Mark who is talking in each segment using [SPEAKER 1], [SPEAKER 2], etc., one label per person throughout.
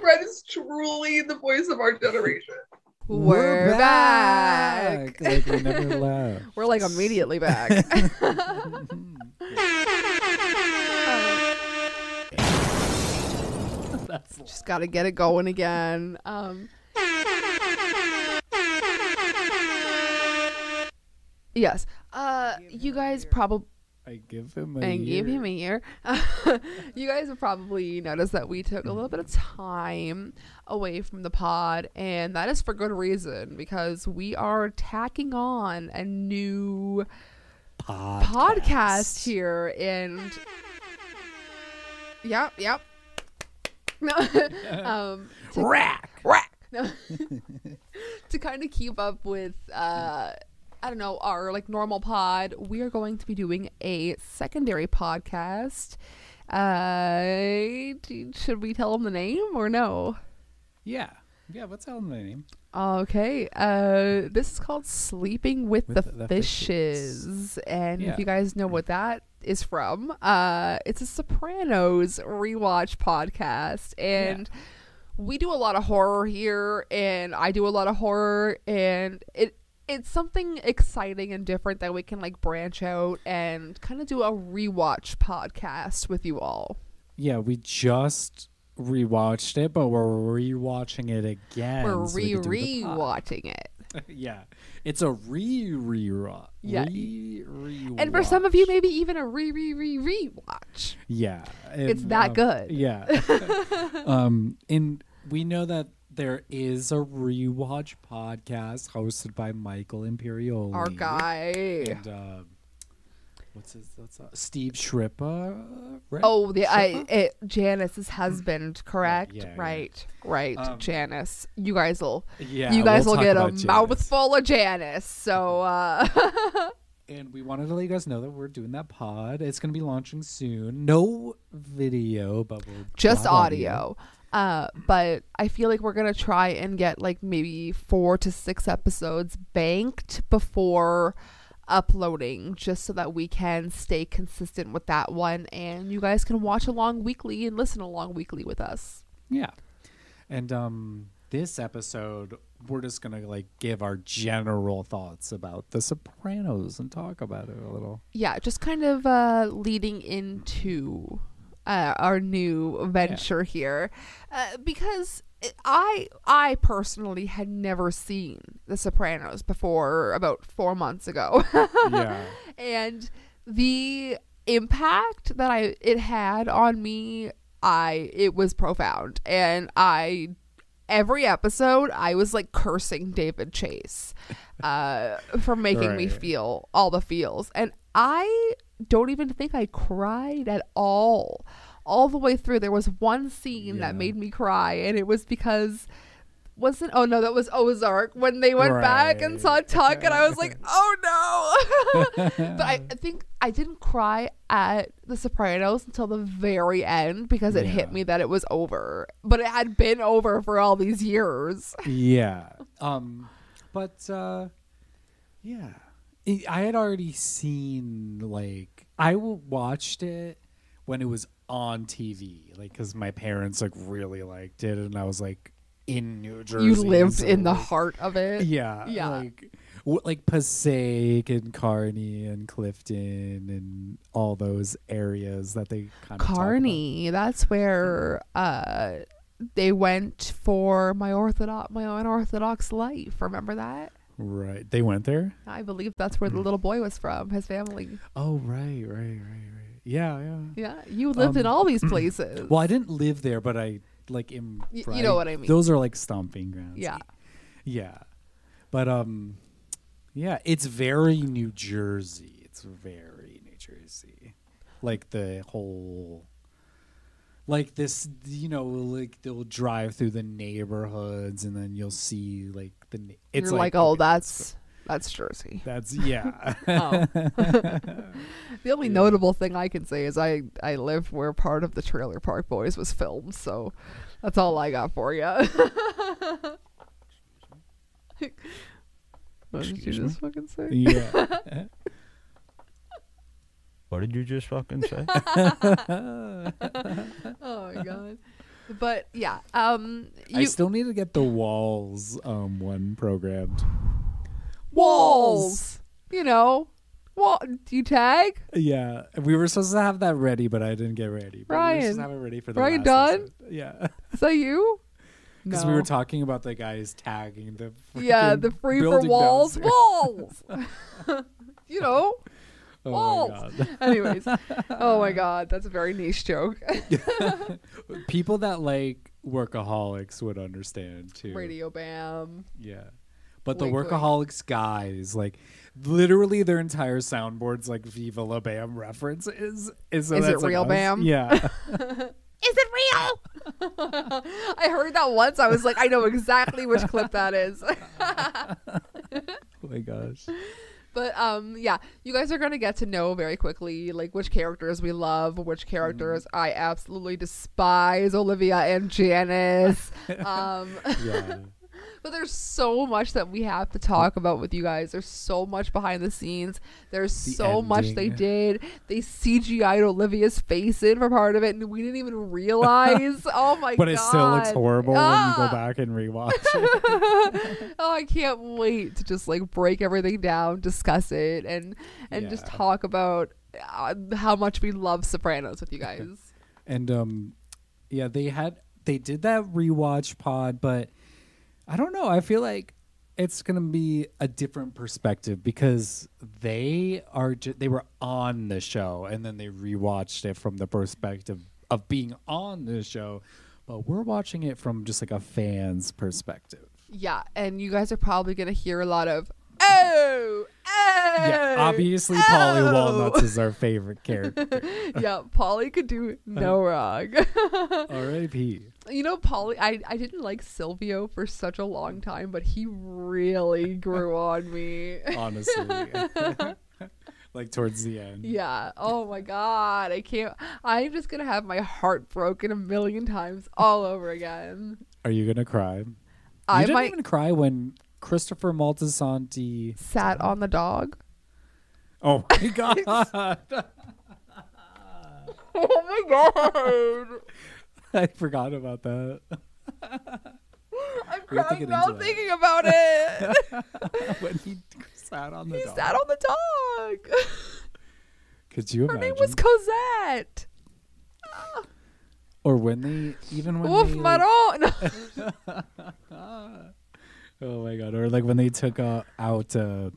[SPEAKER 1] Fred is truly the voice of our generation.
[SPEAKER 2] We're, back.
[SPEAKER 3] Like we never left.
[SPEAKER 2] We're like immediately back.
[SPEAKER 3] That's loud.
[SPEAKER 2] Just got to get it going again. Um, yes. Uh, you guys probably
[SPEAKER 3] I give him a
[SPEAKER 2] and
[SPEAKER 3] year.
[SPEAKER 2] give him a year. you guys have probably noticed that we took a little bit of time away from the pod, and that is for good reason because we are tacking on a new
[SPEAKER 3] podcast.
[SPEAKER 2] podcast here and yep yep no um to,
[SPEAKER 3] Rack.
[SPEAKER 2] no. to kind of keep up with uh i don't know our like normal pod we are going to be doing a secondary podcast uh do- should we tell them the name or no
[SPEAKER 3] Yeah. Yeah, what's him the name?
[SPEAKER 2] Okay. Uh, this is called Sleeping with,
[SPEAKER 3] With
[SPEAKER 2] the,
[SPEAKER 3] the
[SPEAKER 2] fishes.
[SPEAKER 3] Fishes.
[SPEAKER 2] and
[SPEAKER 3] Yeah.
[SPEAKER 2] if you guys know what that is from, uh, it's a Sopranos rewatch podcast, and we do a lot of horror here, and I do a lot of horror, and it it's something exciting and different that we can like branch out and kind of do a rewatch podcast with you all.
[SPEAKER 3] Yeah, we just rewatched it, but we're rewatching it again.
[SPEAKER 2] We're
[SPEAKER 3] so we
[SPEAKER 2] re
[SPEAKER 3] could do the pod.
[SPEAKER 2] rewatching it.
[SPEAKER 3] yeah, it's a re rewatch.
[SPEAKER 2] Yeah.
[SPEAKER 3] re rewatch.
[SPEAKER 2] And for some of you, maybe even a re re re rewatch.
[SPEAKER 3] yeah,
[SPEAKER 2] It's
[SPEAKER 3] and,
[SPEAKER 2] that
[SPEAKER 3] um,
[SPEAKER 2] good.
[SPEAKER 3] Yeah, um, and we know that there is a rewatch podcast hosted by Michael Imperioli,
[SPEAKER 2] Our guy.
[SPEAKER 3] and um, what's his what's uh, Steve Shrippa. Right?
[SPEAKER 2] Oh, the I,
[SPEAKER 3] Shrippa?
[SPEAKER 2] it, Janice's husband, correct?
[SPEAKER 3] yeah, yeah.
[SPEAKER 2] right, right.
[SPEAKER 3] Um,
[SPEAKER 2] Janice, you guys will,
[SPEAKER 3] yeah,
[SPEAKER 2] you guys
[SPEAKER 3] we'll
[SPEAKER 2] will
[SPEAKER 3] talk
[SPEAKER 2] get a
[SPEAKER 3] about Janice.
[SPEAKER 2] mouthful of Janice. So, uh,
[SPEAKER 3] and we wanted to let you guys know that we're doing that pod. It's going to be launching soon. No video, but we'll
[SPEAKER 2] just
[SPEAKER 3] drop
[SPEAKER 2] audio. Uh, but I feel like we're gonna try and get like maybe four to six episodes banked before uploading, just so that we can stay consistent with that one, and you guys can watch along weekly and listen along weekly with us.
[SPEAKER 3] Yeah. And um this episode we're just going to like give our general thoughts about The Sopranos and talk about it a little.
[SPEAKER 2] yeah, just kind of uh, leading into uh, our new venture here, uh, because it- I I personally had never seen The Sopranos before about four months ago,
[SPEAKER 3] yeah.
[SPEAKER 2] and the impact that I it had on me, I it was profound, and I every episode I was like cursing David Chase uh, for making me
[SPEAKER 3] Right.
[SPEAKER 2] feel all the feels, and I don't even think I cried at all. All the way through, there was one scene
[SPEAKER 3] Yeah.
[SPEAKER 2] that made me cry, and it was because wasn't oh no that was Ozark when they went back and saw
[SPEAKER 3] Right.
[SPEAKER 2] Tuck, and I was like, oh no. but I I think I didn't cry at The Sopranos until the very end because it hit
[SPEAKER 3] Yeah.
[SPEAKER 2] me that it was over. But it had been over for all these years.
[SPEAKER 3] yeah. Um but uh yeah. I- I had already seen like I w- watched it when it was on TV like cuz my parents like really liked it and I was like in New Jersey.
[SPEAKER 2] you lived
[SPEAKER 3] so,
[SPEAKER 2] in the
[SPEAKER 3] like,
[SPEAKER 2] heart of it.
[SPEAKER 3] Yeah.
[SPEAKER 2] Yeah.
[SPEAKER 3] Like w- like Passaic and Kearney and Clifton and all those areas that they kind of
[SPEAKER 2] Carney, that's where
[SPEAKER 3] Mm-hmm.
[SPEAKER 2] uh they went for my orthodox my unorthodox life. Remember that?
[SPEAKER 3] Right. They went there?
[SPEAKER 2] I believe that's where the
[SPEAKER 3] Mm.
[SPEAKER 2] little boy was from, his family.
[SPEAKER 3] Oh, right, right, right, right. Yeah, yeah.
[SPEAKER 2] Yeah. You lived in
[SPEAKER 3] Um,
[SPEAKER 2] all these places.
[SPEAKER 3] Well, I didn't live there, but I like am
[SPEAKER 2] Y-
[SPEAKER 3] fri-
[SPEAKER 2] you know what I mean.
[SPEAKER 3] Those are like stomping grounds.
[SPEAKER 2] Yeah.
[SPEAKER 3] Yeah. But um yeah, it's very New Jersey. It's very New Jersey. Like the whole like this you know, like they'll drive through the neighborhoods and then you'll see like the na- it's
[SPEAKER 2] You're like,
[SPEAKER 3] okay,
[SPEAKER 2] oh,
[SPEAKER 3] it's-
[SPEAKER 2] that's that's Jersey.
[SPEAKER 3] that's yeah.
[SPEAKER 2] Oh. the only notable thing I can say is I I live where part of the Trailer Park Boys was filmed, so that's all I got for you. what did you
[SPEAKER 4] Excuse me?
[SPEAKER 2] just fucking say?
[SPEAKER 3] yeah.
[SPEAKER 4] What did you just fucking say?
[SPEAKER 2] Oh my god. But yeah, um,
[SPEAKER 3] I
[SPEAKER 2] you
[SPEAKER 3] still need to get the walls um one programmed.
[SPEAKER 2] walls, you know, wall. Do you tag?
[SPEAKER 3] Yeah, we were supposed to have that ready, but I didn't get ready. But we were supposed
[SPEAKER 2] Ryan.
[SPEAKER 3] to have it ready for the
[SPEAKER 2] Ryan
[SPEAKER 3] last
[SPEAKER 2] Dunn?
[SPEAKER 3] episode. Yeah,
[SPEAKER 2] Is that you?
[SPEAKER 3] because we were talking about the guys tagging the
[SPEAKER 2] yeah,
[SPEAKER 3] freaking
[SPEAKER 2] the free for
[SPEAKER 3] building
[SPEAKER 2] walls,
[SPEAKER 3] downstairs.
[SPEAKER 2] walls. you know,
[SPEAKER 3] Oh my
[SPEAKER 2] walls.
[SPEAKER 3] God.
[SPEAKER 2] Anyways, oh my god, that's a very niche joke.
[SPEAKER 3] People that like workaholics would understand too.
[SPEAKER 2] Radio Bam.
[SPEAKER 3] Yeah. But the
[SPEAKER 2] Wink, wink.
[SPEAKER 3] workaholics guys, like literally their entire soundboard's like Viva La Bam references. Is,
[SPEAKER 2] Is
[SPEAKER 3] so
[SPEAKER 2] it
[SPEAKER 3] that's, like,
[SPEAKER 2] real
[SPEAKER 3] us.
[SPEAKER 2] Bam?
[SPEAKER 3] Yeah.
[SPEAKER 2] Is it real? I heard that once. I was like, I know exactly which clip that is.
[SPEAKER 3] oh my gosh.
[SPEAKER 2] But um, yeah, you guys are gonna get to know very quickly, like which characters we love, which characters I absolutely despise, Olivia and Janice. um,
[SPEAKER 3] Yeah.
[SPEAKER 2] but there's so much that we have to talk about with you guys. There's so much behind the scenes. There's
[SPEAKER 3] The
[SPEAKER 2] so much they
[SPEAKER 3] ending.
[SPEAKER 2] did. They CGI'd Olivia's face in for part of it, and we didn't even realize. oh my god!
[SPEAKER 3] But it still looks horrible when you
[SPEAKER 2] Ah!
[SPEAKER 3] go back and rewatch it.
[SPEAKER 2] oh, I can't wait to just like break everything down, discuss it, and and just
[SPEAKER 3] Yeah.
[SPEAKER 2] talk about uh, how much we love Sopranos with you guys.
[SPEAKER 3] and um yeah, they had they did that rewatch pod, but I don't know. I feel like it's gonna be a different perspective because they are ju- they were on the show and then they rewatched it from the perspective of being on the show, but we're watching it from just like a fan's perspective.
[SPEAKER 2] yeah, and you guys are probably gonna hear a lot of oh, oh.
[SPEAKER 3] Yeah, obviously, Polly
[SPEAKER 2] oh."
[SPEAKER 3] Walnuts is our favorite character.
[SPEAKER 2] yeah, Polly could do no
[SPEAKER 3] Uh-huh.
[SPEAKER 2] wrong.
[SPEAKER 3] R.I.P.
[SPEAKER 2] you know, Polly, I I didn't like Silvio for such a long time, but he really grew on me.
[SPEAKER 3] honestly. like towards the end.
[SPEAKER 2] Yeah. Oh my God. I can't. I'm just going to have my heart broken a million times all over again.
[SPEAKER 3] Are you gonna cry? You
[SPEAKER 2] I
[SPEAKER 3] didn't
[SPEAKER 2] might-
[SPEAKER 3] even cry when Christopher Maltasanti.
[SPEAKER 2] Sat on the dog.
[SPEAKER 3] Oh my god!
[SPEAKER 2] Oh my God.
[SPEAKER 3] I forgot about that.
[SPEAKER 2] I'm
[SPEAKER 3] We have to
[SPEAKER 2] crying
[SPEAKER 3] get
[SPEAKER 2] now
[SPEAKER 3] into that.
[SPEAKER 2] thinking about it.
[SPEAKER 3] when he sat on the
[SPEAKER 2] he
[SPEAKER 3] dog.
[SPEAKER 2] sat on the dog.
[SPEAKER 3] Could you
[SPEAKER 2] Her
[SPEAKER 3] imagine?
[SPEAKER 2] name was Cosette.
[SPEAKER 3] or when they even when
[SPEAKER 2] Wolf
[SPEAKER 3] they, like-
[SPEAKER 2] Maron.
[SPEAKER 3] oh my god! Or like when they took uh, out uh,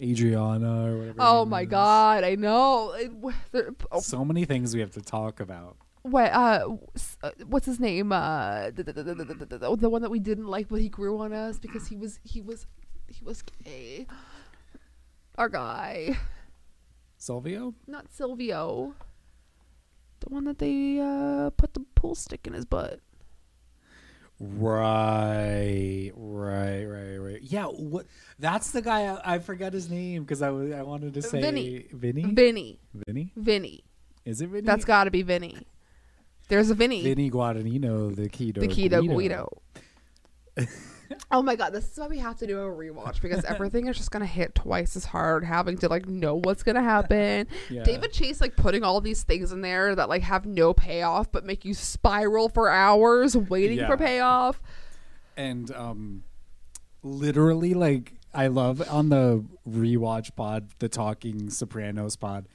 [SPEAKER 3] Adriana or whatever. her
[SPEAKER 2] oh
[SPEAKER 3] name
[SPEAKER 2] my
[SPEAKER 3] is.
[SPEAKER 2] God. I know. It, w- there- oh,
[SPEAKER 3] So many things we have to talk about.
[SPEAKER 2] what, uh, s- uh, what's his name? Uh, the, the, the, the, the, the, the one that we didn't like, but he grew on us because he was he was he was gay. Our guy,
[SPEAKER 3] Silvio.
[SPEAKER 2] not Silvio. The one that they uh, put the pool stick in his butt.
[SPEAKER 3] Right, right, right, right. Yeah, what? That's the guy. I, I forgot his name because I was I wanted to say
[SPEAKER 2] Vinny.
[SPEAKER 3] Vinny.
[SPEAKER 2] Vinny,
[SPEAKER 3] Vinny?
[SPEAKER 2] Vinny.
[SPEAKER 3] Is it Vinny?
[SPEAKER 2] That's got to be Vinny. There's a Vinny.
[SPEAKER 3] Vinny Guadagnino, the keto.
[SPEAKER 2] the keto Guido. oh my god, this is why we have to do a rewatch because everything is just gonna hit twice as hard. Having to like know what's gonna happen.
[SPEAKER 3] Yeah.
[SPEAKER 2] David Chase like putting all these things in there that like have no payoff but make you spiral for hours waiting
[SPEAKER 3] Yeah.
[SPEAKER 2] for payoff.
[SPEAKER 3] And um, literally, like I love on the rewatch pod, the Talking Sopranos pod.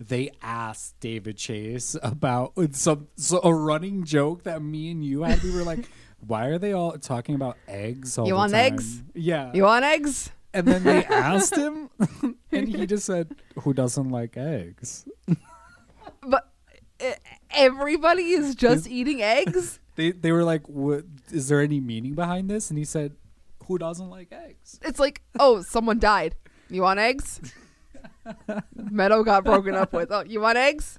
[SPEAKER 3] They asked David Chase about some so a running joke that me and you had. We were like, "Why are they all talking about eggs all
[SPEAKER 2] You
[SPEAKER 3] the
[SPEAKER 2] want
[SPEAKER 3] time?"
[SPEAKER 2] eggs?
[SPEAKER 3] Yeah.
[SPEAKER 2] You want eggs?
[SPEAKER 3] And then they asked him, and he just said, "Who doesn't like eggs?"
[SPEAKER 2] But eh, everybody is just eating eggs.
[SPEAKER 3] They they were like, "What is there any meaning behind this?" And he said, "Who doesn't like eggs?"
[SPEAKER 2] It's like, oh, someone died. You want eggs? Meadow got broken up with. Oh, you want eggs?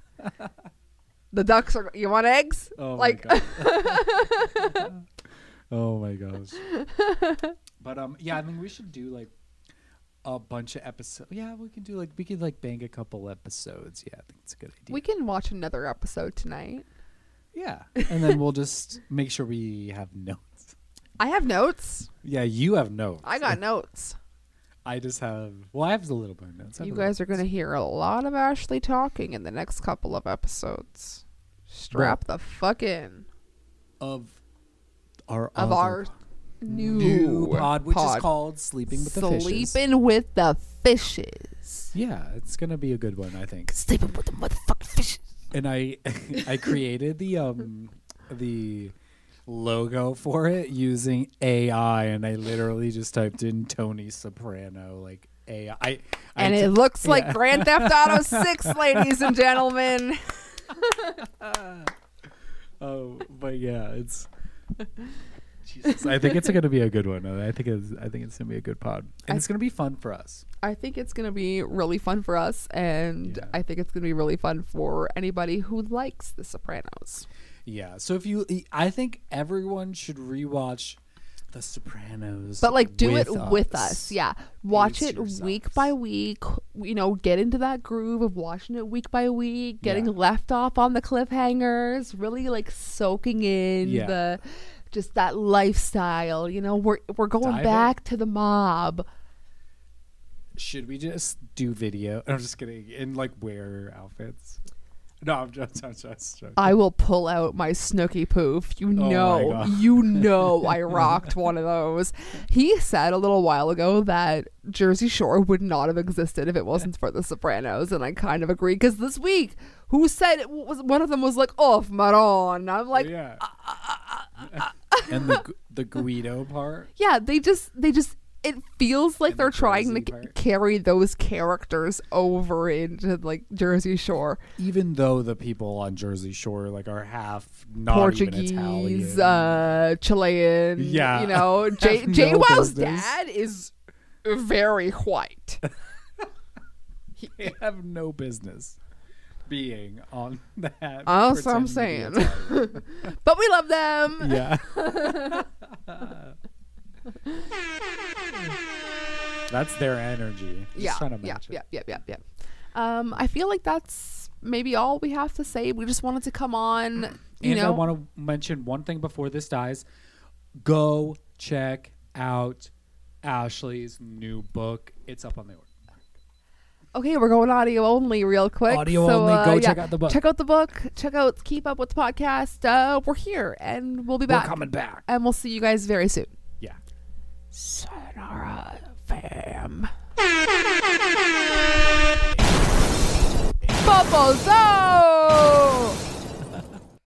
[SPEAKER 2] The ducks are. You want eggs?
[SPEAKER 3] Oh
[SPEAKER 2] like,
[SPEAKER 3] my god! oh my gosh! But um, yeah, I mean, we should do like a bunch of episodes. Yeah, we can do like we could like bang a couple episodes. Yeah, I think it's a good idea.
[SPEAKER 2] we can watch another episode tonight.
[SPEAKER 3] yeah, and then we'll just make sure we have notes.
[SPEAKER 2] I have notes.
[SPEAKER 3] Yeah, you have notes.
[SPEAKER 2] I got notes.
[SPEAKER 3] I just have. Well, I have a little bit of notes. I have
[SPEAKER 2] You
[SPEAKER 3] a little
[SPEAKER 2] guys are going to hear a lot of Ashley talking in the next couple of episodes. Strap the fuck in.
[SPEAKER 3] of our
[SPEAKER 2] of
[SPEAKER 3] other
[SPEAKER 2] our new,
[SPEAKER 3] new pod, which
[SPEAKER 2] pod.
[SPEAKER 3] is called Sleeping with the Fishes.
[SPEAKER 2] Sleeping with the fishes.
[SPEAKER 3] Yeah, it's gonna be a good one, I think.
[SPEAKER 2] Sleeping with the motherfucking fishes.
[SPEAKER 3] And I, I created the um, the logo for it using AI, and I literally just typed in Tony Soprano like AI. I, I
[SPEAKER 2] And it
[SPEAKER 3] d-
[SPEAKER 2] looks like
[SPEAKER 3] yeah.
[SPEAKER 2] Grand Theft Auto 6, ladies and gentlemen.
[SPEAKER 3] Oh, but yeah, it's. Jesus, I think it's gonna be a good one. and I think it's, I think it's gonna be a good pod, and
[SPEAKER 2] I-
[SPEAKER 3] it's gonna be fun for us.
[SPEAKER 2] I think it's going to be really fun for us, and
[SPEAKER 3] Yeah.
[SPEAKER 2] I think it's going to be really fun for anybody who likes The Sopranos.
[SPEAKER 3] Yeah. So if you, I think everyone should rewatch The Sopranos,
[SPEAKER 2] But like, do it with us. Yeah, watch
[SPEAKER 3] Pace
[SPEAKER 2] it week
[SPEAKER 3] yourselves.
[SPEAKER 2] by week. You know, get into that groove of watching it week by week, getting
[SPEAKER 3] Yeah.
[SPEAKER 2] left off on the cliffhangers, really like soaking in
[SPEAKER 3] Yeah.
[SPEAKER 2] the just that lifestyle. You know, we're we're going
[SPEAKER 3] Dive in.
[SPEAKER 2] back to the mob.
[SPEAKER 3] Should we just do video? I'm just kidding. And like wear outfits. No, I'm just, I'm just joking.
[SPEAKER 2] I will pull out my Snooky poof. You
[SPEAKER 3] Oh my
[SPEAKER 2] know,
[SPEAKER 3] God.
[SPEAKER 2] you know, I rocked one of those. He said a little while ago that Jersey Shore would not have existed if it wasn't for The Sopranos, and I kind of agree. Because this week, who said it was one of them was like off Maron? I'm like, yeah.
[SPEAKER 3] yeah. and the gu- the Guido part.
[SPEAKER 2] they just, they just. It feels like
[SPEAKER 3] And the
[SPEAKER 2] they're trying to
[SPEAKER 3] Jersey
[SPEAKER 2] c-
[SPEAKER 3] part.
[SPEAKER 2] carry those characters over into like Jersey Shore.
[SPEAKER 3] Even though the people on Jersey Shore like are half not even
[SPEAKER 2] Portuguese,
[SPEAKER 3] Italian.
[SPEAKER 2] uh, Chilean.
[SPEAKER 3] Yeah.
[SPEAKER 2] You know, J.
[SPEAKER 3] Have
[SPEAKER 2] J.
[SPEAKER 3] no
[SPEAKER 2] Wow's
[SPEAKER 3] business.
[SPEAKER 2] dad is very white.
[SPEAKER 3] they have no business being on that.
[SPEAKER 2] Oh, so I'm
[SPEAKER 3] pretend
[SPEAKER 2] saying.
[SPEAKER 3] media tower.
[SPEAKER 2] but we love them.
[SPEAKER 3] yeah. That's their energy. Just
[SPEAKER 2] Yeah.
[SPEAKER 3] trying to
[SPEAKER 2] Yeah.
[SPEAKER 3] match
[SPEAKER 2] Yeah.
[SPEAKER 3] it.
[SPEAKER 2] Yeah. Yeah. Yeah. Um, I feel like that's maybe all we have to say. We just wanted to come on, you
[SPEAKER 3] and
[SPEAKER 2] know.
[SPEAKER 3] I want to mention one thing before this dies. Go check out Ashley's new book. It's up on the
[SPEAKER 2] okay, we're going audio only real quick.
[SPEAKER 3] Audio
[SPEAKER 2] So,
[SPEAKER 3] only.
[SPEAKER 2] uh,
[SPEAKER 3] Go
[SPEAKER 2] yeah.
[SPEAKER 3] check out the book.
[SPEAKER 2] Check out the book. Check out Keep Up with the Podcast. Uh, we're here and we'll be
[SPEAKER 3] We're
[SPEAKER 2] back.
[SPEAKER 3] coming back.
[SPEAKER 2] And we'll see you guys very soon.
[SPEAKER 3] Yeah.
[SPEAKER 2] Sayonara, fam. Bubbles